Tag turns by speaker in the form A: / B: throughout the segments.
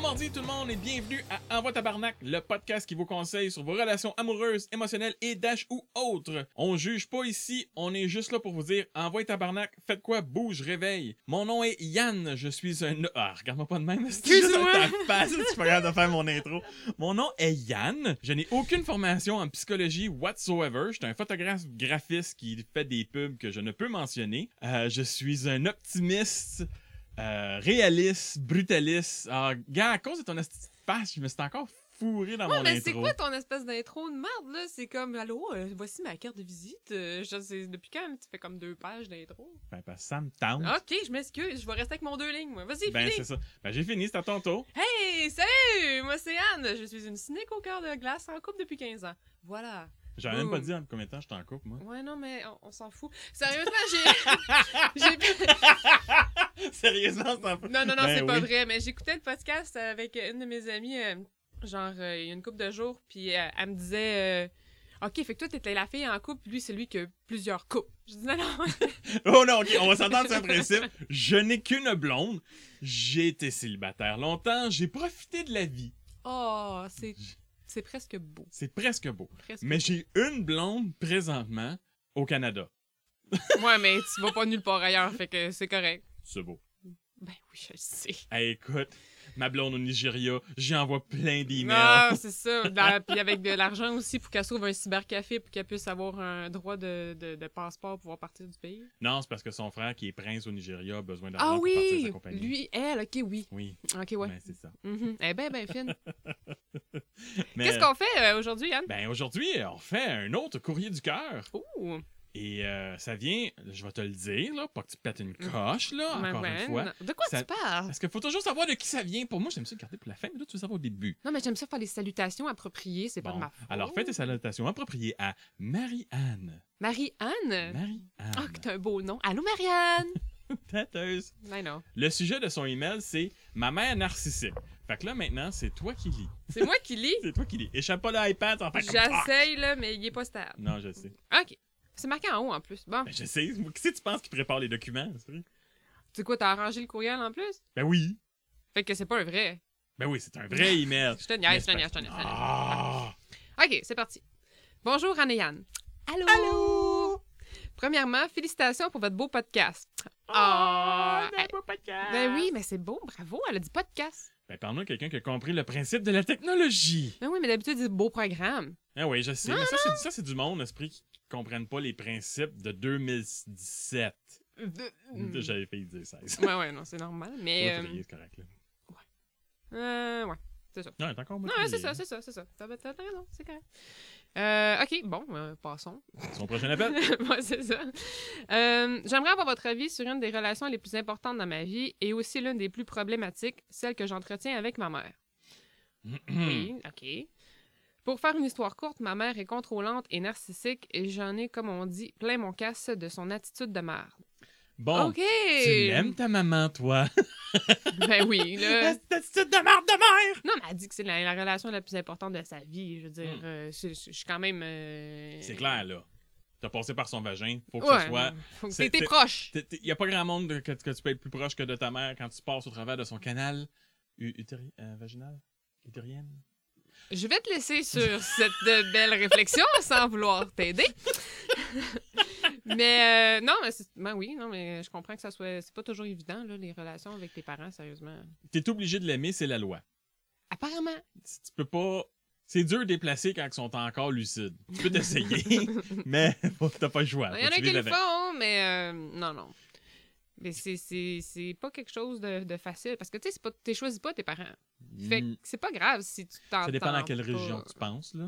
A: mardi tout le monde et bienvenue à Envoi Tabarnak, le podcast qui vous conseille sur vos relations amoureuses, émotionnelles et dash ou autres. On juge pas ici, on est juste là pour vous dire Envoi Tabarnak, faites quoi, bouge, réveille. Mon nom est Yann, je suis un... Ah, regarde-moi pas de même, c'est juste
B: Excuse-moi.
A: ta face, je suis pas capable de faire mon intro. Mon nom est Yann, je n'ai aucune formation en psychologie whatsoever, je suis un photographe graphiste qui fait des pubs que je ne peux mentionner. Euh, je suis un optimiste euh, réaliste, brutaliste. Ah, gars, à cause de ton esti de face, je me suis encore fourré dans
B: Ouais,
A: mon
B: mais c'est
A: intro.
B: quoi ton espèce d'intro de merde, là? C'est comme, allô, euh, voici ma carte de visite. Euh, je sais, depuis quand tu fais comme deux pages d'intro?
A: Ben, parce que ça me tente.
B: Ok, je m'excuse, je vais rester avec mon deux lignes, moi. Vas-y,
A: ben,
B: Ah, fini.
A: c'est ça. Ben, j'ai fini, c'est à ton tour.
B: Hey, salut! Moi, c'est Anne. Je suis une cynique au cœur de glace en couple depuis 15 ans. Voilà.
A: J'aurais même pas
B: Boum.
A: dit en combien de temps je t'en coupe, moi.
B: Ouais, non, mais on, on s'en fout. Sérieusement, j'ai. j'ai-
A: Sérieusement, c'est un peu.
B: Non, non, non,
A: Ben
B: c'est pas
A: oui.
B: vrai, mais j'écoutais le podcast avec une de mes amies, euh, genre, euh, il y a une couple de jours, puis euh, elle me disait. euh, Ok, fait que toi, t'étais la fille en couple, lui, c'est lui qui a plusieurs couples. Je dis non, non.
A: Oh non, ok, on va s'entendre sur un principe. Je n'ai qu'une blonde. J'ai été célibataire longtemps. J'ai profité de la vie.
B: Oh, c'est, c'est presque beau.
A: C'est presque beau.
B: Presque.
A: Mais j'ai une blonde présentement au Canada.
B: Ouais, mais tu vas pas nulle part ailleurs, fait que c'est correct.
A: C'est beau.
B: Ben oui, je le sais.
A: Hey, écoute, ma blonde au Nigeria, j'y envoie plein d'emails.
B: Non, c'est ça. Dans- puis avec de l'argent aussi pour qu'elle trouve un cybercafé pour qu'elle puisse avoir un droit de, de, de passeport pour pouvoir partir du pays.
A: Non, c'est parce que son frère, qui est prince au Nigeria, a besoin d'argent
B: Ah
A: pour partir de
B: oui!
A: sa compagnie.
B: Lui, elle, ok, oui.
A: Oui,
B: Ok, ouais.
A: ben, c'est ça.
B: Mhm. Elle est bien, bien fine.
A: Mais,
B: Qu'est-ce qu'on fait euh, aujourd'hui, Yann?
A: Ben, aujourd'hui, on fait un autre courrier du cœur.
B: Ouh!
A: Et euh, ça vient, je vais te le dire, là, pas que tu pètes une coche, là,
B: Ben,
A: Ah, encore
B: ben,
A: une fois.
B: non. De quoi
A: Ça-
B: tu parles?
A: Parce qu'il faut toujours savoir de qui ça vient. Pour moi, j'aime ça le garder pour la fin, mais là, tu veux savoir au début.
B: Non, mais j'aime ça faire les salutations appropriées, c'est pas
A: Bon.
B: de ma faute.
A: Alors, fais tes salutations appropriées à Marie-Anne.
B: Marie-Anne!
A: Marie-Anne.
B: Ah, que t'as un beau nom. Allô, Marianne!
A: Têteuse.
B: non, non.
A: Le sujet de son email, c'est Ma mère narcissique. Fait que là, maintenant, c'est toi qui lis.
B: C'est moi qui lis.
A: C'est toi qui lis. Échappe pas l'iPad, en fait. comme- Ah!
B: J'essaye, là, mais il est pas stable.
A: Non, je sais.
B: Ok. C'est marqué en haut, en plus. Bon.
A: Ben, je sais. Moi, Qui c'est que tu penses qui prépare les documents? c'est vrai?
B: C'est quoi, t'as arrangé le courriel, en plus?
A: Ben oui.
B: Fait que c'est pas un vrai.
A: Ben oui, c'est un vrai email.
B: Je te
A: Mais
B: niaise, je
A: c'est
B: te
A: pas-
B: niaise, je te niaise, je te niaise.
A: Ah!
B: Ok, c'est parti. Bonjour Anne et Yann. Allô? Premièrement, félicitations pour votre beau podcast. Ah,
A: ben, pas podcast.
B: Ben oui, mais c'est beau, bravo, elle a dit podcast.
A: Ben parle-nous de quelqu'un qui a compris le principe de la technologie.
B: Ben oui, mais d'habitude, c'est beau programme.
A: Ah oui, je sais. mais ça, c'est du- ça, c'est du monde, esprit, qui qui comprennent pas les principes de 2017.
B: De...
A: J'avais failli dire 16.
B: Ouais, ouais, non, c'est normal, mais...
A: Ouais,
B: Hmm. euh,
A: c'est correct, là.
B: euh, ouais.
A: Non, t'es encore
B: Non,
A: motivé,
B: ouais, c'est ça,
A: hein.
B: c'est ça, c'est ça. T'as t'as- t'as raison, c'est correct. Euh, ok, bon, euh, passons.
A: Son prochain appel.
B: Ouais, c'est ça. Euh, J'aimerais avoir votre avis sur une des relations les plus importantes dans ma vie et aussi l'une des plus problématiques, celle que j'entretiens avec ma mère.
A: Hmm.
B: Oui, OK. Pour faire une histoire courte, ma mère est contrôlante et narcissique et j'en ai, comme on dit, plein mon casse de son attitude de merde.
A: Bon,
B: OK!
A: Oh, tu l'aimes ta maman, toi?
B: Ben oui, là.
A: Cette attitude de merde de mère!
B: Non, mais elle dit que c'est la, la relation la plus importante de sa vie. Je veux dire,
A: Mm.
B: euh, c'est- je je suis quand même. euh,
A: C'est clair, là. T'as passé par son vagin, faut que
B: Ouais,
A: ce soit...
B: faut que
A: c'est-
B: t'es
A: c'est-
B: proche.
A: T'es- t'es- Y a pas grand monde de- que, que tu peux être plus proche que de ta mère quand tu passes au travers de son canal u- utéri- euh, vaginal? Utérienne?
B: Je vais te laisser sur cette euh, belle réflexion sans vouloir t'aider. mais euh, non, mais c'est- ben oui, non, mais je comprends que ça soit. C'est pas toujours évident, là, les relations avec tes parents, sérieusement.
A: T'es obligé de l'aimer, c'est la loi.
B: Apparemment.
A: Si Tu peux pas... C'est dur de déplacer quand ils sont encore lucides. Tu peux t'essayer, mais faut- t'as pas le choix.
B: Il
A: Faut
B: y en a
A: que tu vives
B: qui le
A: avec.
B: font, mais euh, non, non. Mais c'est- c'est c'est pas quelque chose de, de facile. Parce que, tu sais, c'est pas- t'es choisis pas tes parents. Fait que
A: Mm.
B: c'est pas grave si tu t'entends.
A: Ça dépend dans quelle
B: pas.
A: religion tu penses, là.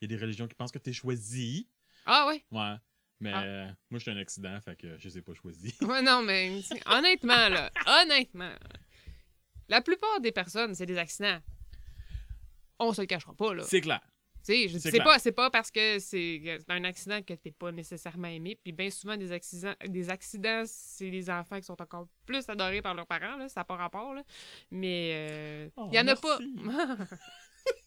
A: Il y a des religions qui pensent que t'es choisi.
B: Ah ouais.
A: Ouais. Mais
B: Ah.
A: euh, moi, j'étais un accident, fait que je les ai pas choisis.
B: Ouais, non, mais c'est- honnêtement, là, honnêtement, la plupart des personnes, c'est des accidents. On se le cachera pas, là.
A: C'est clair.
B: Tu sais, je-
A: c'est
B: C'est
A: clair.
B: pas, c'est pas parce que c'est un accident que t'es pas nécessairement aimé. Puis bien souvent, des accidents, des accidents c'est les enfants qui sont encore plus adorés par leurs parents, là. Ça n'a pas rapport, là. Mais euh, il
A: Oh,
B: y en a
A: merci.
B: pas.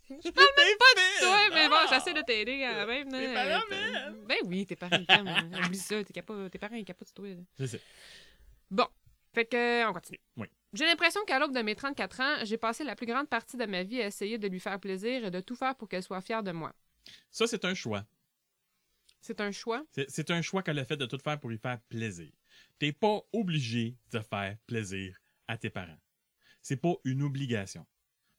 A: Je parle même pas
B: Toi, mais bon, j'essaie de t'aider quand même.
A: Tes
B: là.
A: parents
B: Euh,
A: m'aiment.
B: hein. Ben oui, tes parents ils t'aiment. Oublie ça, t'es capa- tes parents ils capotent sur toi. là.
A: Je sais.
B: Bon, Fait que, on continue.
A: Oui.
B: J'ai l'impression qu'à l'aube de mes 34 ans, j'ai passé la plus grande partie de ma vie à essayer de lui faire plaisir et de tout faire pour qu'elle soit fière de moi.
A: Ça, c'est un choix.
B: C'est un choix.
A: C'est- C'est un choix qu'elle a fait de tout faire pour lui faire plaisir. T'es pas obligé de faire plaisir à tes parents. C'est pas une obligation.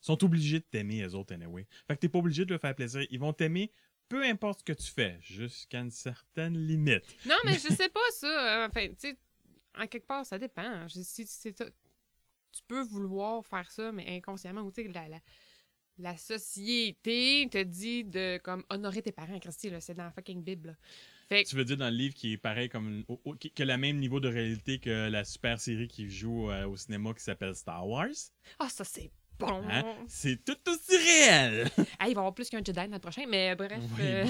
A: Ils sont obligés de t'aimer, eux autres, anyway. Fait que t'es pas obligé de leur faire plaisir. Ils vont t'aimer peu importe ce que tu fais, jusqu'à une certaine limite.
B: Non, mais je sais pas ça. euh, Enfin, tu sais, en quelque part, ça dépend. Je- si c'est ça- tu peux vouloir faire ça, mais inconsciemment, ou tu sais, la, la, la société te dit de comme honorer tes parents, Christy, là, c'est dans la fucking Bible. là. Fait que,
A: Tu veux dire dans le livre qui est pareil comme au- au- qui, qui a le même niveau de réalité que la super série qui joue euh, au cinéma qui s'appelle Star Wars.
B: ah, ça c'est bon.
A: Hein? C'est tout aussi réel.
B: Ah, il va y avoir plus qu'un Jedi dans le prochain, mais bref.
A: Oui,
B: euh,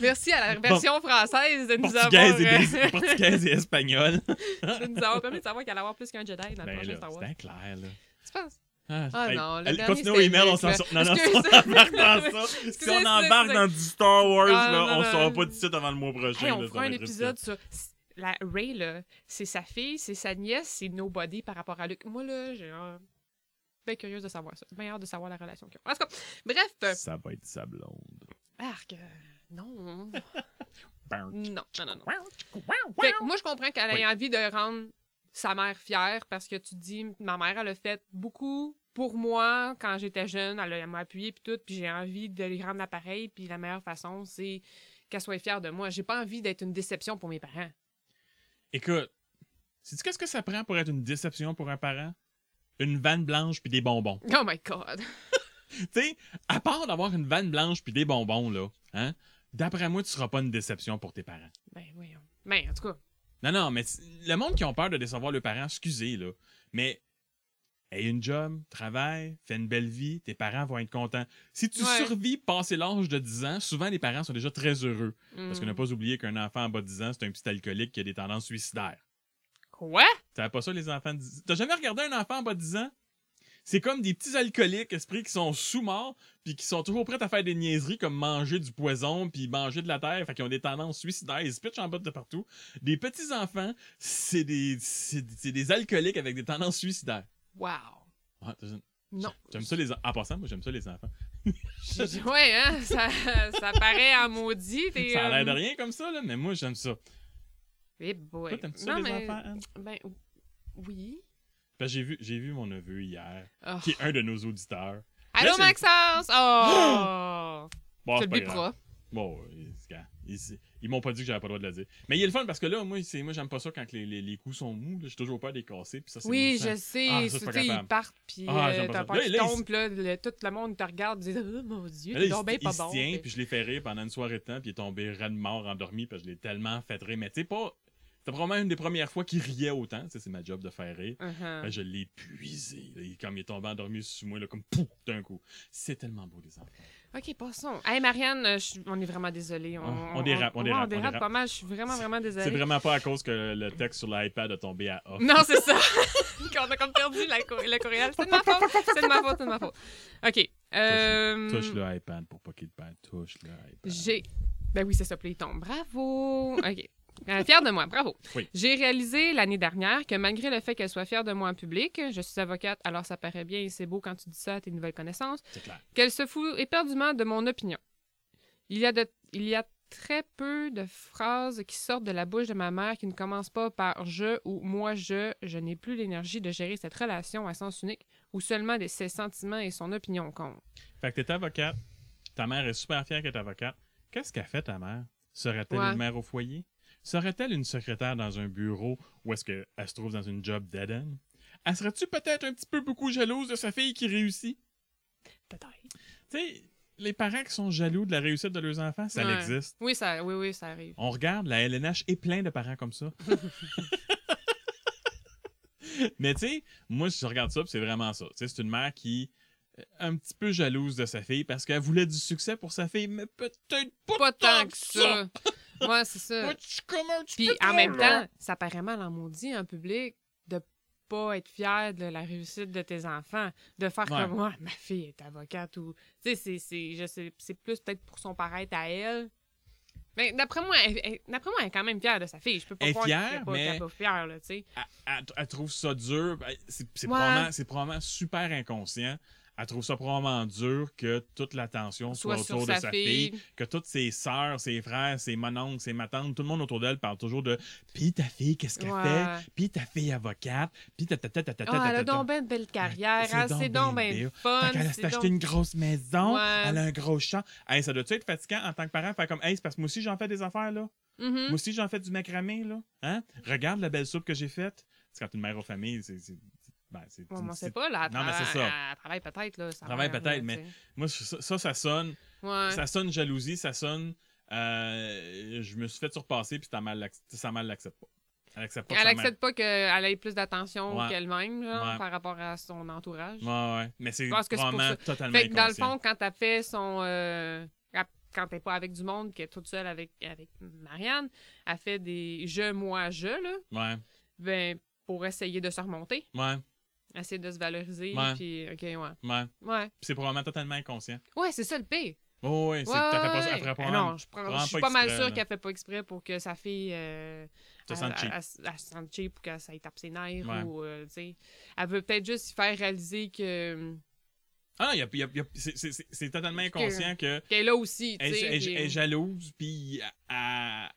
B: Merci à la version française de nous avoir.
A: Portugaise et,
B: euh,
A: portugaise et espagnole.
B: de nous avoir permis de savoir qu'il allait y avoir plus qu'un Jedi dans le
A: Ben
B: prochain
A: là,
B: Star Wars.
A: c'était clair, là.
B: Tu penses?
A: Ah,
B: Ah
A: hey,
B: non, le
A: allez,
B: dernier,
A: Continue au
B: c'était
A: email, on s'en
B: Luc,
A: sort.
B: là.
A: Non, non, si on
B: Excuse-
A: embarque dans ça. Si
B: Excusez,
A: on
B: excusez,
A: embarque
B: excusez.
A: dans du Star Wars,
B: Ah,
A: là,
B: non,
A: on
B: non,
A: sera
B: non.
A: pas d'ici avant le mois prochain.
B: Hey, on
A: là, ça
B: fera
A: va
B: un
A: être
B: épisode sur s- la Ray là, c'est sa fille, c'est sa nièce, c'est nobody par rapport à Luc. Moi là, j'ai un... bien curieuse de savoir ça, bien hâte de savoir la relation qu'ils ont. En tout cas, bref,
A: risqué.
B: euh,
A: Ça va être sa blonde.
B: arc, euh, non,
A: Bounce.
B: non, non, non, non.
A: Wow,
B: Fait
A: wow.
B: que moi je comprends qu'elle ait
A: Oui.
B: envie de rendre sa mère fière parce que tu dis ma mère elle a fait beaucoup pour moi quand j'étais jeune, elle a- elle m'a appuyée puis tout, puis j'ai envie de lui rendre l'appareil puis la meilleure façon c'est qu'elle soit fière de moi. J'ai pas envie d'être une déception pour mes parents.
A: Écoute, sais-tu qu'est-ce que ça prend pour être une déception pour un parent? Une vanne blanche puis des bonbons.
B: Oh my god.
A: tu sais, à part d'avoir une vanne blanche puis des bonbons, là, hein, d'après moi, tu seras pas une déception pour tes parents.
B: Ben voyons. Ben en tout cas
A: Non, non, mais c- le monde qui ont peur de décevoir leurs parents, excusez, là. Mais, aie une job, travaille, fais une belle vie, tes parents vont être contents. Si tu
B: Ouais.
A: survis passé l'âge de 10 ans, souvent les parents sont déjà très heureux. Parce qu'on
B: Hmm.
A: n'a pas oublié qu'un enfant en bas de 10 ans, c'est un petit alcoolique qui a des tendances suicidaires.
B: Quoi?
A: Tu pas ça, les enfants de 10 T'as jamais regardé un enfant en bas de 10 ans? C'est comme des petits alcooliques, esprits qui sont sous-morts, puis qui sont toujours prêts à faire des niaiseries comme manger du poison, puis manger de la terre, fait qu'ils ont des tendances suicidaires, ils se pitchent en bas de partout. Des petits enfants, c'est des, c'est c'est des alcooliques avec des tendances suicidaires.
B: Wow.
A: Ouais, t'as-
B: Non.
A: J'aime ça les en- En passant, moi j'aime ça les enfants.
B: J'ai- Ouais, hein? Ça, ça paraît en maudit. t'es,
A: Ça a l'air de
B: euh,
A: rien comme ça, là, mais moi j'aime ça.
B: Eh boy.
A: Toi, t'aimes ça les
B: Non, mais-
A: enfants, Anne?
B: Ben, oui.
A: Parce que J'ai vu, j'ai vu mon neveu hier,
B: Oh.
A: qui est un de nos auditeurs.
B: Allô,
A: c'est-
B: Maxence! Oh!
A: Bon, Ah,
B: tu
A: c'est
B: le
A: pas grave.
B: biperas.
A: Bon, ils, ils- ils m'ont pas dit que j'avais pas le droit de le dire. Mais il est le fun parce que là, moi, c'est, moi j'aime pas ça quand les, les, les coups sont mous. là. J'ai toujours peur des casser. Puis ça, c'est
B: Oui,
A: moussant.
B: je sais.
A: Ah, ça, je suis
B: tu
A: pas
B: sais, ils
A: capable.
B: partent, puis
A: Ah, j'aime
B: euh,
A: pas
B: t'as
A: ça.
B: peur
A: Là,
B: qu'ils
A: là, ils-
B: tombent, puis là, le- tout le monde te regarde, et dit Oh mon Dieu,
A: Là,
B: t'es
A: il,
B: donc
A: se-
B: bien
A: il
B: pas
A: se
B: bon.
A: tient,
B: Fait-
A: puis je l'ai fait rire pendant une soirée de temps, puis il est tombé ras de mort endormi, parce que je l'ai tellement fait rire. Mais tu sais, pas. C'était probablement une des premières fois qu'il riait autant. Tu sais, c'est ma job de faire rire.
B: Uh-huh.
A: Ben, je l'ai épuisé. là. Il- comme il est tombé endormi sous moi, là, comme pouf, d'un coup. C'est tellement beau, les enfants.
B: Ok, passons. Hey, Marianne, euh, je- on est vraiment désolé. On,
A: Ah, On- on dérape, on
B: ouais,
A: dérape,
B: on
A: on
B: dérape
A: dérape.
B: pas mal. Je suis vraiment, vraiment désolée.
A: C'est vraiment pas à cause que le texte sur l'iPad a tombé à off.
B: Non, c'est ça. Qu'on a comme perdu la, co- le courriel. C'est de ma faute. C'est de ma faute. C'est de ma faute. OK. euh,
A: Touche le iPad pour pas qu'il te perde. Touche le iPad.
B: J'ai. Ben oui, c'est ça. Puis il tombe. Bravo. OK. Euh, fière de moi, bravo.
A: Oui.
B: J'ai réalisé l'année dernière que malgré le fait qu'elle soit fière de moi en public, je suis avocate, alors ça paraît bien et c'est beau quand tu dis ça à tes nouvelles connaissances,
A: C'est clair.
B: qu'elle se fout éperdument de mon opinion. Il y a, de... il y a très peu de phrases qui sortent de la bouche de ma mère qui ne commencent pas par je ou moi je. Je n'ai plus l'énergie de gérer cette relation à sens unique où seulement des- ses sentiments et son opinion comptent.
A: Fait que t'es avocate. Ta mère est super fière qu'elle est avocate. Qu'est-ce qu'elle fait, ta mère? Serait-elle
B: Ouais.
A: une mère au foyer? Serait-elle une secrétaire dans un bureau ou est-ce qu'elle se trouve dans une job d'Aden? Elle serait-tu peut-être un petit peu beaucoup jalouse de sa fille qui réussit? Tu sais, les parents qui sont jaloux de la réussite de leurs enfants, ça
B: Ouais.
A: existe.
B: Oui, ça, oui, oui, ça arrive.
A: On regarde, la LNH est plein de parents comme ça. Mais tu sais, moi, je regarde ça, puis c'est vraiment ça. Tu sais, c'est une mère qui est un petit peu jalouse de sa fille parce qu'elle voulait du succès pour sa fille, mais peut-être pas,
B: pas tant que ça. Moi, c'est ça.
A: Moi, je suis comme un petit
B: Puis
A: peu
B: en
A: trop,
B: même
A: là.
B: temps, ça paraît mal en maudit en public de pas être fier de la réussite de tes enfants, de faire
A: Ouais.
B: comme moi, ma fille est avocate ou tu sais c'est c'est je sais c'est plus peut-être pour son paraître à elle. Mais d'après moi, elle, elle- d'après moi, elle est quand même fière de sa fille. Je peux pas
A: Elle est
B: croire qu'elle est
A: fière,
B: pas,
A: mais-
B: qu'elle est pas fière, là, tu sais.
A: Elle, elle- elle trouve ça dur. Elle- C'est c'est
B: Ouais.
A: probablement, c'est probablement super inconscient. Elle trouve ça probablement dur que toute l'attention soit,
B: Soit sur
A: autour de
B: sa
A: sa
B: fille.
A: fille. que toutes ses sœurs, ses frères, ses mononcles, ses matantes, tout le monde autour d'elle parle toujours de Pis ta fille, qu'est-ce qu'elle fait?
B: Ouais.
A: Pis ta fille avocate, pis ta ta ta ta ta ta
B: Ah, elle
A: ta ta.
B: a donc bien une belle carrière,
A: C'est
B: hein,
A: donc
B: c'est donc
A: bien
B: bien
A: beau.
B: fun.
A: Fait qu'elle a
B: c'est
A: s'est acheté
B: donc-
A: une grosse maison,
B: Ouais.
A: elle a un gros champ. Hey, ça doit-tu être fatigant en tant que parent? Faire comme, hey, c'est parce que moi aussi j'en fais des affaires, là.
B: Mhm.
A: Moi aussi j'en fais du macramé, là. Hein? Regarde la belle soupe que j'ai faite. C'est quand une mère aux familles, c'est. c'est- ben, c'est-
B: Ouais, mais on
A: c'est-
B: sait pas, là. Elle
A: Non, mais
B: travaille-
A: c'est ça.
B: Elle, elle travaille peut-être, là. sa
A: Travaille
B: mère,
A: peut-être,
B: là,
A: mais-
B: tu sais.
A: Moi, ça, ça, ça sonne.
B: Ouais.
A: Ça sonne jalousie, ça sonne. euh, je me suis fait surpasser, puis ça mal l'ac- ça mal l'accepte pas. Elle accepte pas que
B: Elle
A: sa mère-
B: accepte pas qu'elle ait plus d'attention
A: Ouais.
B: qu'elle-même, genre,
A: Ouais.
B: par rapport à son entourage.
A: Ouais, ouais. Mais c'est
B: Je pense que c'est pour
A: vraiment
B: ça.
A: totalement
B: Fait que dans le
A: inconscient.
B: fond, quand t'as fait son. euh, elle- quand t'es pas avec du monde, qu'elle est toute seule avec, avec Marianne, elle fait des je, moi, je, là,
A: Ouais,
B: ben, pour essayer de se remonter,
A: ouais,
B: essayer de se valoriser,
A: Ouais.
B: puis, ok, ouais.
A: ouais.
B: Ouais,
A: Puis c'est probablement totalement inconscient.
B: ouais c'est ça le pire.
A: Oh, ouais, c'est
B: Ouais,
A: t'as- t'as pas-
B: ouais,
A: elle ferait
B: ouais.
A: pas-
B: non, je, prends-
A: vraiment
B: je suis
A: pas
B: pas, mal
A: exprès,
B: sûre
A: là.
B: qu'elle fait pas exprès pour que sa fille. euh,
A: te
B: elle-
A: sente cheap.
B: elle- elle- elle se sente cheap ou qu'elle ça y tape ses nerfs.
A: Ouais.
B: Ou, euh, tu sais, elle veut peut-être juste y faire réaliser que-
A: Ah non, y a- y a- y a- c'est- c'est- c'est c'est totalement
B: Que-
A: inconscient que.
B: qu'elle est là aussi. tu
A: Elle,
B: sais,
A: elle-
B: puis-
A: elle est jalouse, puis elle,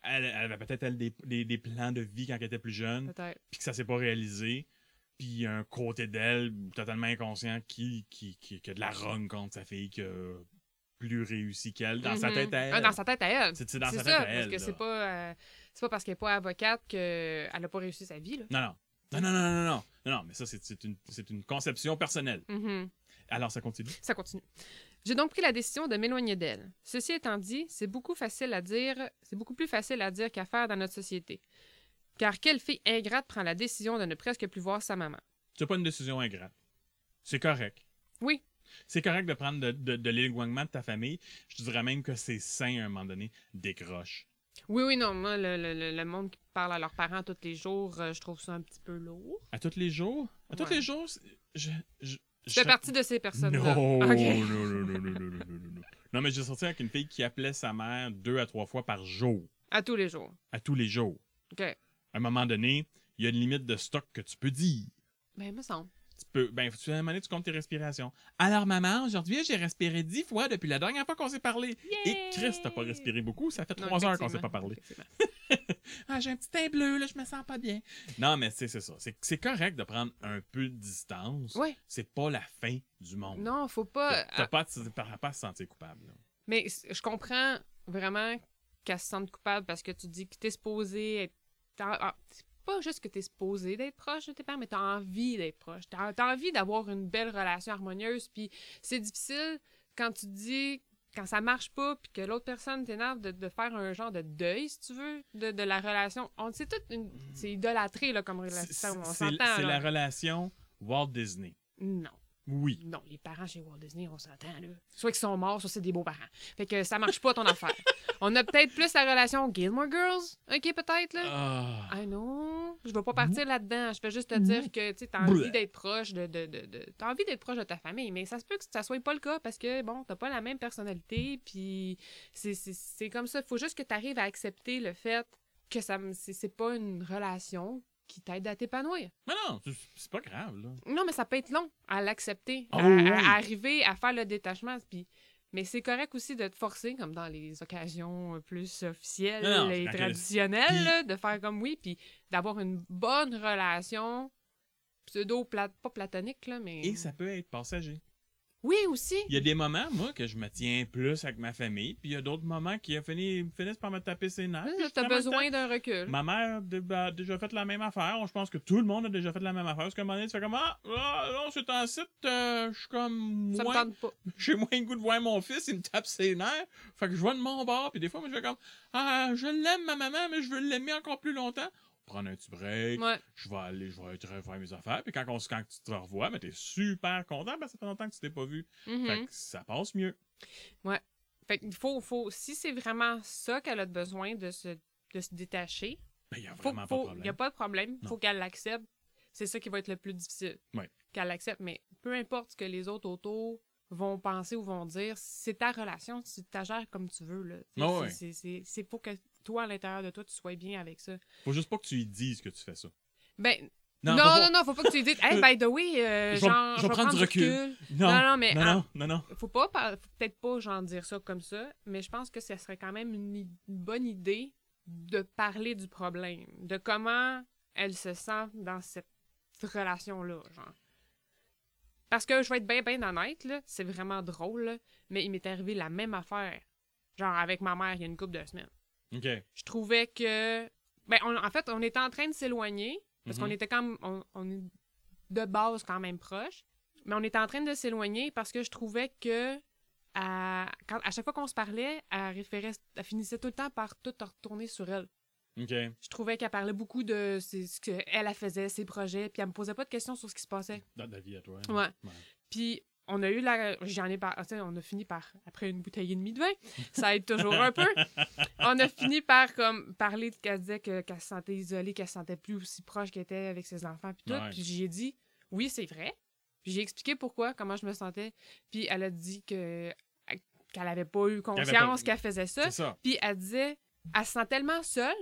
A: elle- elle avait peut-être elle, des, des- des plans de vie quand elle était plus jeune,
B: Peut-être.
A: puis que ça s'est pas réalisé. Puis il y a un côté d'elle totalement inconscient qui, qui, qui, qui a de la rogne contre sa fille qui a plus réussi qu'elle dans sa
B: Mhm.
A: tête à elle.
B: Ah, dans sa tête à elle.
A: C'est c'est dans
B: c'est
A: sa
B: ça,
A: tête à
B: parce
A: elle.
B: que
A: là.
B: c'est pas, euh, c'est pas parce qu'elle n'est pas avocate qu'elle n'a pas réussi sa vie. Là.
A: Non, non. Non, non, non, non, non. Non, non, mais ça, c'est- c'est une, c'est une conception personnelle.
B: Mhm.
A: Alors, ça continue.
B: Ça continue. J'ai donc pris la décision de m'éloigner d'elle. Ceci étant dit, c'est beaucoup facile à dire, c'est beaucoup plus facile à dire qu'à faire dans notre société. Car quelle fille ingrate prend la décision de ne presque plus voir sa maman?
A: C'est pas une décision ingrate. C'est correct.
B: Oui.
A: C'est correct de prendre de, de, de l'éloignement de ta famille. Je te dirais même que c'est sain à un moment donné. Décroche.
B: Oui, oui, non, moi, le, le- le- le monde qui parle à leurs parents tous les jours, euh, je trouve ça un petit peu lourd.
A: À tous les jours. À tous
B: Ouais.
A: les jours, c'est- je. Je,
B: Je fais partie de ces personnes-là.
A: Non,
B: Ok.
A: non, non, non, non, non, non, non, non, non. Non, mais j'ai sorti avec une fille qui appelait sa mère deux à trois fois par jour.
B: À tous les jours.
A: À tous les jours.
B: OK.
A: À un moment donné, il y a une limite de stock que tu peux dire.
B: Ben, me semble.
A: tu peux. Ben, tu à un moment donné, tu comptes tes respirations. Alors, maman, aujourd'hui, j'ai respiré dix fois depuis la dernière fois qu'on s'est parlé. Et Chris, t'as pas respiré beaucoup. Ça fait
B: Non,
A: trois heures qu'on s'est
B: effectivement,
A: pas parlé.
B: effectivement.
A: Ah, j'ai un petit teint bleu, là, je me sens pas bien. Non, mais c'est c'est ça. C'est- C'est correct de prendre un peu de distance.
B: Ouais.
A: C'est pas la fin du monde.
B: Non, faut
A: T'as
B: pas. euh,
A: t'as pas, ah. à te- t'as pas à se sentir coupable. là.
B: Mais c- je comprends vraiment qu'elle se sente coupable parce que tu dis que t'es supposé être. t'en- ah, c'est pas juste que t'es supposé d'être proche de tes parents, mais t'as envie d'être proche. T'as as envie d'avoir une belle relation harmonieuse. Puis c'est difficile quand tu dis. Quand ça marche pas, puis que l'autre personne t'énerve, de, de faire un genre de deuil, si tu veux, de, de la relation. On C'est toute une. C'est idolâtré, là, comme
A: Mmh. C'est
B: relation. On
A: c'est-
B: s'entend.
A: c'est la
B: là.
A: relation Walt Disney.
B: Non.
A: Oui.
B: Non, les parents chez Walt Disney, on s'entend, là. Soit qu'ils sont morts, soit c'est des beaux-parents. Fait que ça marche pas, ton affaire. On a peut-être plus la relation Gilmore Girls, OK, peut-être, là.
A: Ah.
B: Ah non, je vais pas partir là-dedans. Je fais juste te dire que, tu sais, t'as envie
A: Mm-hmm. Bleh.
B: d'être proche de... de, de, de- t'as envie d'être proche de ta famille, mais ça se peut que ça soit pas le cas parce que, bon, t'as pas la même personnalité, puis c'est- c'est c'est comme ça. Faut juste que t'arrives à accepter le fait que ça me- c'est c'est pas une relation qui t'aide à t'épanouir.
A: Mais non, c'est- c'est pas grave, là.
B: Non, mais ça peut être long à l'accepter,
A: Ah
B: à,
A: oui,
B: à-
A: oui.
B: à arriver à faire le détachement. Puis, mais c'est correct aussi de te forcer, comme dans les occasions euh, plus officielles
A: Non, non,
B: et
A: dans quel-
B: traditionnelles,
A: Puis-
B: là, de faire comme oui, puis d'avoir une bonne relation pseudo plat pas platonique là mais
A: Et ça peut être passager.
B: oui aussi
A: Il y a des moments, moi, que je me tiens plus avec ma famille, puis il y a d'autres moments qui euh, fini- finissent par me taper ses nerfs.
B: Là,
A: puis je suis
B: t'as
A: vraiment
B: besoin
A: content.
B: d'un recul
A: Ma mère a dé- a déjà fait la même affaire. Je pense que tout le monde a déjà fait la même affaire. Parce qu'à un moment donné, tu fais comme Ah, ah, non, c'est un site, euh, je suis comme.
B: ça me
A: moins-
B: tente pas
A: J'ai moins le goût de voir mon fils, il me tape ses nerfs. Fait que je vois de mon bord, puis des fois, moi, je fais comme Ah, je l'aime, ma maman, mais je veux l'aimer encore plus longtemps. Prendre un petit break,
B: ouais
A: je vais aller, je vais être faire mes affaires. Puis quand, on, se- quand tu te revois, ben, t'es super content, parce que ça fait longtemps que tu t'es pas vu.
B: Mhm.
A: Fait que ça passe mieux.
B: fait qu'il faut faut si c'est vraiment ça qu'elle a besoin de se de se détacher
A: Ben, il n'y a
B: faut,
A: vraiment pas de
B: faut,
A: problème.
B: y a pas de problème.
A: Non.
B: faut qu'elle l'accepte. C'est ça qui va être le plus difficile.
A: Ouais.
B: Qu'elle l'accepte. Mais peu importe ce que les autres autour vont penser ou vont dire, c'est ta relation, tu la gères comme tu veux. là. T'sais,
A: Ah ouais.
B: c'est- c'est- c'est- C'est pour que toi, à l'intérieur de toi, tu sois bien avec ça.
A: Faut juste pas que tu lui dises que tu fais ça.
B: Ben,
A: Non,
B: non,
A: faut
B: non,
A: pas-
B: non, faut pas que tu lui dises, hey, by the way, euh,
A: Je vais-
B: genre,
A: je vais prendre du recul.
B: Non,
A: Non,
B: non, mais
A: non,
B: en-
A: non, non, non.
B: faut pas, par- faut peut-être pas, genre, dire ça comme ça, mais je pense que ça serait quand même une, i- une bonne idée de parler du problème, de comment elle se sent dans cette relation-là, genre. Parce que je vais être bien, bien honnête, là, c'est vraiment drôle, là, mais il m'est arrivé la même affaire, genre, avec ma mère il y a une couple de semaines.
A: Ok.
B: Je trouvais que. Ben, on- en fait, on était en train de s'éloigner, parce
A: Mhm.
B: qu'on était quand même. On, on est de base quand même proche. Mais on était en train de s'éloigner parce que je trouvais que. À, quand, à chaque fois qu'on se parlait, elle, référait, elle finissait tout le temps par tout retourner sur elle.
A: Ok.
B: Je trouvais qu'elle parlait beaucoup de ses- ce qu'elle elle faisait, ses projets, puis elle me posait pas de questions sur ce qui se passait.
A: Dans ta vie à toi.
B: Ouais.
A: Ouais.
B: Puis on a eu la. J'en ai par. tu sais, on a fini par. Après une bouteille et demie de vin, ça aide toujours un peu. On a fini par comme parler de- qu'elle disait que- qu'elle se sentait isolée, qu'elle se sentait plus aussi proche qu'elle était avec ses enfants, puis tout.
A: Ouais.
B: Puis j'ai dit, oui, c'est vrai. Puis j'ai expliqué pourquoi, comment je me sentais. Puis elle a dit que qu'elle avait pas eu
A: avait pas-
B: conscience qu'elle faisait ça.
A: C'est ça.
B: Puis elle disait, elle se sent tellement seule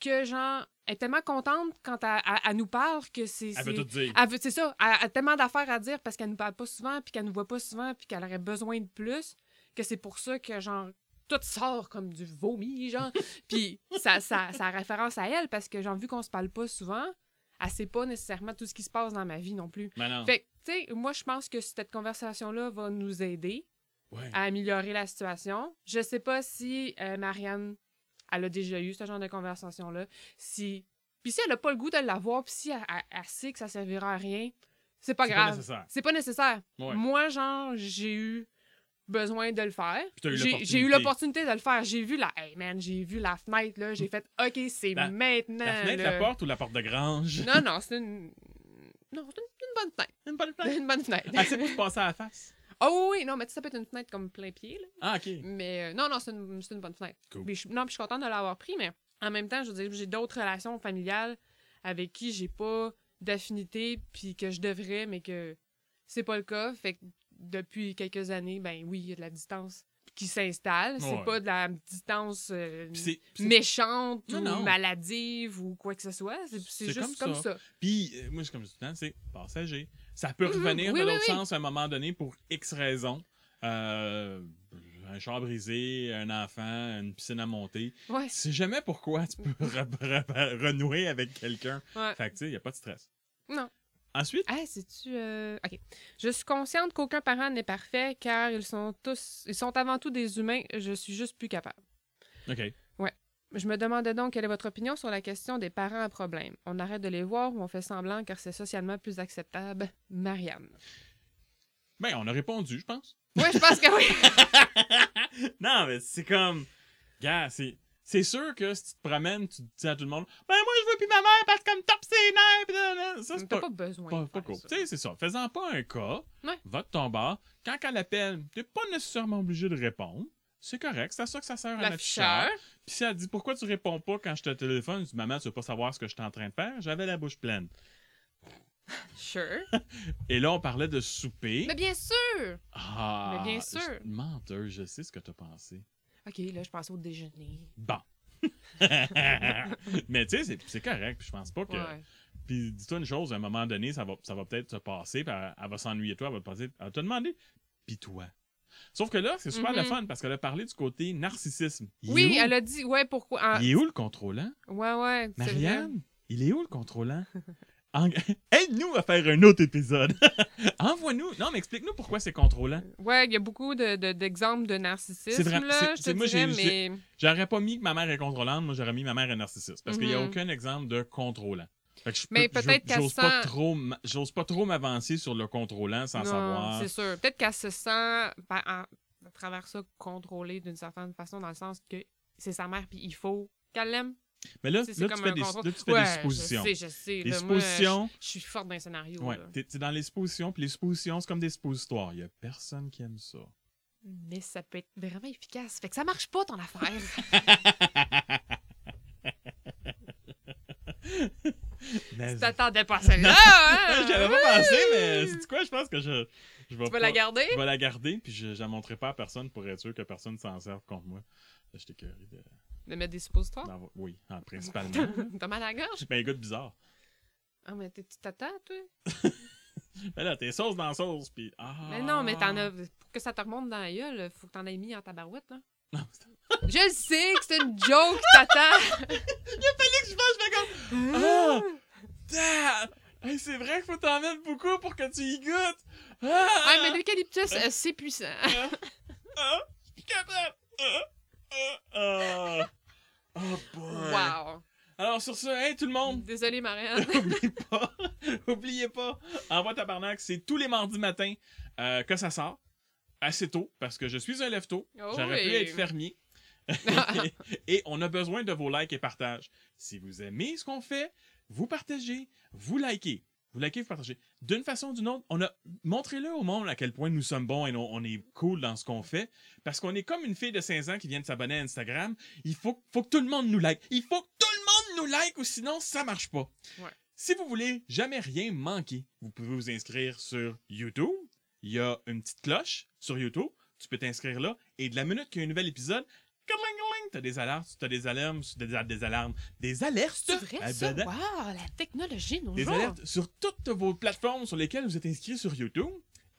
B: que genre, elle est tellement contente quand elle, elle- elle nous parle que c'est.
A: Elle veut
B: c'est-
A: tout dire.
B: elle veut- c'est ça, elle elle a tellement d'affaires à dire parce qu'elle nous parle pas souvent, puis qu'elle nous voit pas souvent, puis qu'elle aurait besoin de plus, que c'est pour ça que, genre, tout sort comme du vomi, genre. puis ça, ça, ça a référence à elle parce que, genre, vu qu'on se parle pas souvent, elle sait pas nécessairement tout ce qui se passe dans ma vie non plus.
A: Mais non.
B: Fait que, tu sais, moi, je pense que cette conversation-là va nous aider
A: Ouais.
B: à améliorer la situation. Je sais pas si euh, Marianne, elle a déjà eu ce genre de conversation-là. Si... Puis si elle a pas le goût de l'avoir, puis si elle, elle- elle sait que ça servira à rien, c'est pas
A: C'est
B: grave.
A: nécessaire.
B: C'est pas nécessaire.
A: Ouais.
B: Moi, genre, j'ai eu besoin de le faire.
A: t'as eu
B: J'ai j'ai eu l'opportunité de le faire. J'ai vu la... Hey, man, j'ai vu la fenêtre, là. J'ai fait, OK, c'est
A: La-
B: maintenant,
A: La fenêtre,
B: là.
A: la porte ou la porte de grange?
B: Non, non, c'est une... Non, c'est une, une bonne fenêtre.
A: Même pas le
B: Une bonne fenêtre.
A: Ah, c'est pour se passer à la face.
B: oh oui, non, mais tu sais, ça peut être une fenêtre comme plein pied, là.
A: Ah, ok.
B: Mais euh, non, non, c'est une, c'est une bonne fenêtre.
A: Cool.
B: Puis je- non, puis je suis contente de l'avoir pris, mais en même temps, je veux dire, j'ai d'autres relations familiales avec qui j'ai pas d'affinité, puis que je devrais, mais que c'est pas le cas. Fait que depuis quelques années, ben oui, il y a de la distance qui s'installe. C'est
A: Ouais.
B: pas de la distance euh,
A: Puis c'est- puis c'est-
B: méchante
A: Non,
B: ou
A: non.
B: maladive ou quoi que ce soit. C'est-
A: C'est
B: C'est juste
A: comme
B: comme
A: ça.
B: ça.
A: Puis, euh, moi, je- comme je dis tout le temps, c'est passager. Ça peut
B: Mhm,
A: revenir
B: oui,
A: dans
B: oui,
A: l'autre
B: oui.
A: sens à un moment donné pour X raisons. Euh, un char brisé, un enfant, une piscine à monter.
B: Ouais,
A: Tu sais jamais pourquoi tu peux re- re- renouer avec quelqu'un.
B: ouais.
A: Fait que, tu sais, il n'y a pas de stress.
B: Non.
A: Ensuite,
B: Ah, c'est-tu. euh, OK. Je suis consciente qu'aucun parent n'est parfait car ils sont tous. Ils sont avant tout des humains. Je suis juste plus capable.
A: OK.
B: Je me demandais donc quelle est votre opinion sur la question des parents à problème. On arrête de les voir ou on fait semblant car c'est socialement plus acceptable. Marianne.
A: Ben, on a répondu, je pense.
B: Oui, je pense que oui.
A: non, mais c'est comme. Gars, c'est. C'est sûr que si tu te promènes, tu dis à tout le monde Ben, moi, je veux plus ma mère parce qu'elle me tape ses nerfs. pis nanana. Ça, c'est
B: T'as
A: pas,
B: pas besoin.
A: pas,
B: de
A: pas
B: faire
A: cool.
B: ça.
A: Tu sais, c'est ça. Faisant pas un cas,
B: Ouais.
A: va de ton bar. Quand elle appelle, t'es pas nécessairement obligé de répondre. C'est correct, c'est à ça que ça sert à
B: L'afficheur.
A: l'afficheur. Puis si elle dit pourquoi tu réponds pas quand je te téléphone, je dis maman, tu veux pas savoir ce que je suis en train de faire, j'avais la bouche pleine.
B: Sure.
A: Et là, on parlait de souper.
B: Mais bien sûr.
A: Ah,
B: Mais bien sûr.
A: je- Menteur, je sais ce que t'as pensé.
B: OK, là, je pense au déjeuner.
A: Bon. Mais tu sais, c'est- c'est correct. puis Je pense pas que.
B: Ouais.
A: Puis dis-toi une chose, à un moment donné, ça va, ça va peut-être se passer, puis elle, elle va s'ennuyer de toi, elle va te, passer, elle va te demander, puis toi. Sauf que là, c'est super
B: Mhm.
A: le fun parce qu'elle a parlé du côté narcissisme. Il est
B: Oui,
A: où?
B: elle a dit. Ouais, pourquoi. ah,
A: Il est où le contrôlant?
B: Ouais, ouais. c'est vrai.
A: Marianne, il est où le contrôlant? En- Aide-nous à faire un autre épisode. Envoie-nous. Non, mais explique-nous pourquoi c'est contrôlant.
B: Ouais, il y a beaucoup de- de- d'exemples de, narcissisme,
A: C'est vrai- c'est-
B: là, je te
A: c'est- moi, j'ai-
B: dirais, mais...
A: J'aurais pas mis que ma mère est contrôlante, moi j'aurais mis ma mère est narcissiste. Parce qu'il n'y a
B: Mhm.
A: aucun exemple de contrôlant. Fait que je peux-
B: Mais
A: je-
B: peut-être qu'elle
A: j'ose pas
B: sent-
A: trop m- J'ose pas trop m'avancer sur le contrôlant sans
B: non,
A: savoir.
B: c'est sûr. Peut-être qu'elle se sent, par- en- à travers ça, contrôlée d'une certaine façon, dans le sens que c'est sa mère, puis il faut qu'elle l'aime.
A: Mais là,
B: C'est- c'est
A: là, tu
B: comme
A: fais,
B: un
A: des,
B: contrôle.
A: là, tu fais
B: Ouais,
A: des suppositions.
B: Je sais, je sais.
A: Des
B: là, moi,
A: suppositions.
B: je, je suis forte dans les scénarios.
A: Ouais,
B: là.
A: t'es t'es dans les suppositions, puis les suppositions, c'est comme des suppositoires. Il y a personne qui aime ça.
B: Mais ça peut être vraiment efficace. Fait que ça marche pas, ton affaire.
A: Mais-
B: Tu t'attendais pas à celle-là, hein?
A: J'avais pas pensé, mais c'est quoi? Je pense que je, je vais
B: Tu vas
A: pas-
B: la garder?
A: Je vais la garder, puis je, je la montrerai pas à personne pour être sûr que personne s'en serve contre moi. Là, J'étais curieux de-
B: De mettre des suppositoires?
A: d'en voir- Oui, hein, principalement.
B: T'as mal à la gorge?
A: Ben, écoute, bizarre.
B: Ah, mais t'es- tu t'attends, toi?
A: Ben là, t'es sauce dans sauce, puis... Ah.
B: Mais non, mais t'en as. Pour que ça te remonte dans la gueule, faut que t'en aies mis en tabarouette, là.
A: Non, c'est-
B: Je le sais que c'est une joke, t'attends!
A: Félix, je pense que je fais comme... Ah! damn! Hey, c'est vrai qu'il faut t'en mettre beaucoup pour que tu y goûtes! Ah!
B: Ah, mais l'eucalyptus, euh, c'est puissant.
A: Ah! Ah! Je suis capable! Ah! Ah! Ah! Oh boy!
B: Wow!
A: Alors sur ce, hey tout le monde,
B: Désolée, Marianne.
A: Oubliez pas, oubliez pas, envoie tabarnak, c'est tous les mardis matins euh, que ça sort, assez tôt, parce que je suis un lève-tôt,
B: Oh
A: j'aurais pu
B: oui.
A: être fermier. et on a besoin de vos likes et partages. Si vous aimez ce qu'on fait, vous partagez, vous likez, vous likez, vous partagez. D'une façon ou d'une autre, on a montrez-le au monde à quel point nous sommes bons et on, on est cool dans ce qu'on fait, parce qu'on est comme une fille de 16 ans qui vient de s'abonner à Instagram. Il faut, faut que tout le monde nous like. Il faut que tout le monde nous like ou sinon ça marche pas. Si vous voulez jamais rien manquer, vous pouvez vous inscrire sur YouTube. Il y a une petite cloche sur YouTube. Tu peux t'inscrire là. Et de la minute qu'il y a un nouvel épisode, tu as des alertes, tu as des alarmes, tu as des alarmes, des alertes.
B: C'est vrai,
A: Ah,
B: ça?
A: ben,
B: Wow, la technologie, nos
A: des
B: jours.
A: alertes sur toutes vos plateformes sur lesquelles vous êtes inscrits sur YouTube.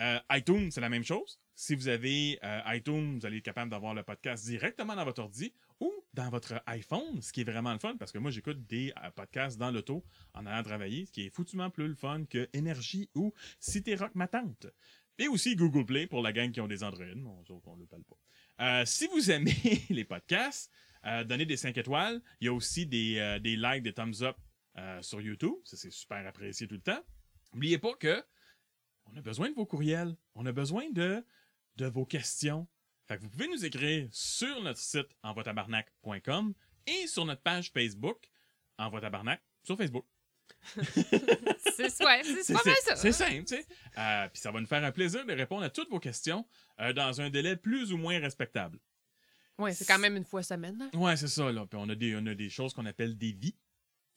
A: Euh, iTunes, c'est la même chose. Si vous avez euh, iTunes, vous allez être capable d'avoir le podcast directement dans votre ordi ou dans votre iPhone, ce qui est vraiment le fun parce que moi j'écoute des euh, podcasts dans l'auto en allant travailler, ce qui est foutument plus le fun que Énergie ou Cité Rock ma tante. Et aussi Google Play pour la gang qui ont des Android, on autres, on le parle pas. Euh, si vous aimez les podcasts, euh, donnez des 5 étoiles. Il y a aussi des, euh, des likes, des thumbs up euh, sur YouTube. Ça, c'est super apprécié tout le temps. N'oubliez pas que on a besoin de vos courriels. On a besoin de, de vos questions. Fait que vous pouvez nous écrire sur notre site envoitabarnac.com et sur notre page Facebook Envoi Tabarnak sur Facebook.
B: C'est ouais, c'est
A: C'est
B: pas mal
A: c'est-
B: ça.
A: c'est simple, tu sais. Euh, Puis ça va nous faire un plaisir de répondre à toutes vos questions euh, dans un délai plus ou moins respectable.
B: Ouais, c'est quand même une fois semaine. hein.
A: Ouais, c'est ça, là. Puis on a des, on a des choses qu'on appelle des vies.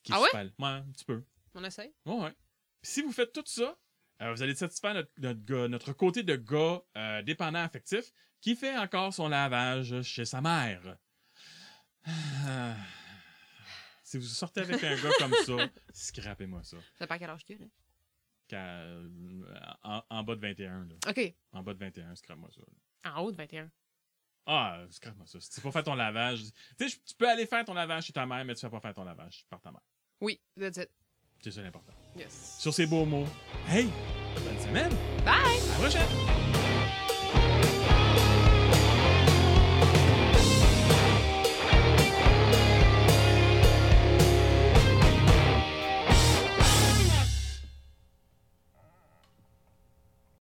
A: Qui
B: Ah
A: se
B: ouais?
A: parlent. Ouais, un petit peu.
B: On essaye.
A: Ouais, ouais. Puis si vous faites tout ça, euh, vous allez satisfaire notre, notre, gars- notre côté de gars euh, dépendant affectif qui fait encore son lavage chez sa mère. Ah. Si vous sortez avec un gars comme ça, scrapez-moi ça.
B: Ça pas quel âge tu as, là.
A: Qu'à- euh, en, en bas de 21, là.
B: OK.
A: En bas de 21, scrape-moi ça. là.
B: En haut de 21.
A: Ah, euh, scrape-moi ça. Si tu peux faire ton lavage... Tu sais, je- tu peux aller faire ton lavage chez ta mère, mais tu ne vas pas faire ton lavage par ta mère.
B: Oui, that's it.
A: C'est ça l'important.
B: Yes.
A: Sur ces beaux mots, hey, bonne semaine!
B: Bye!
A: À la prochaine!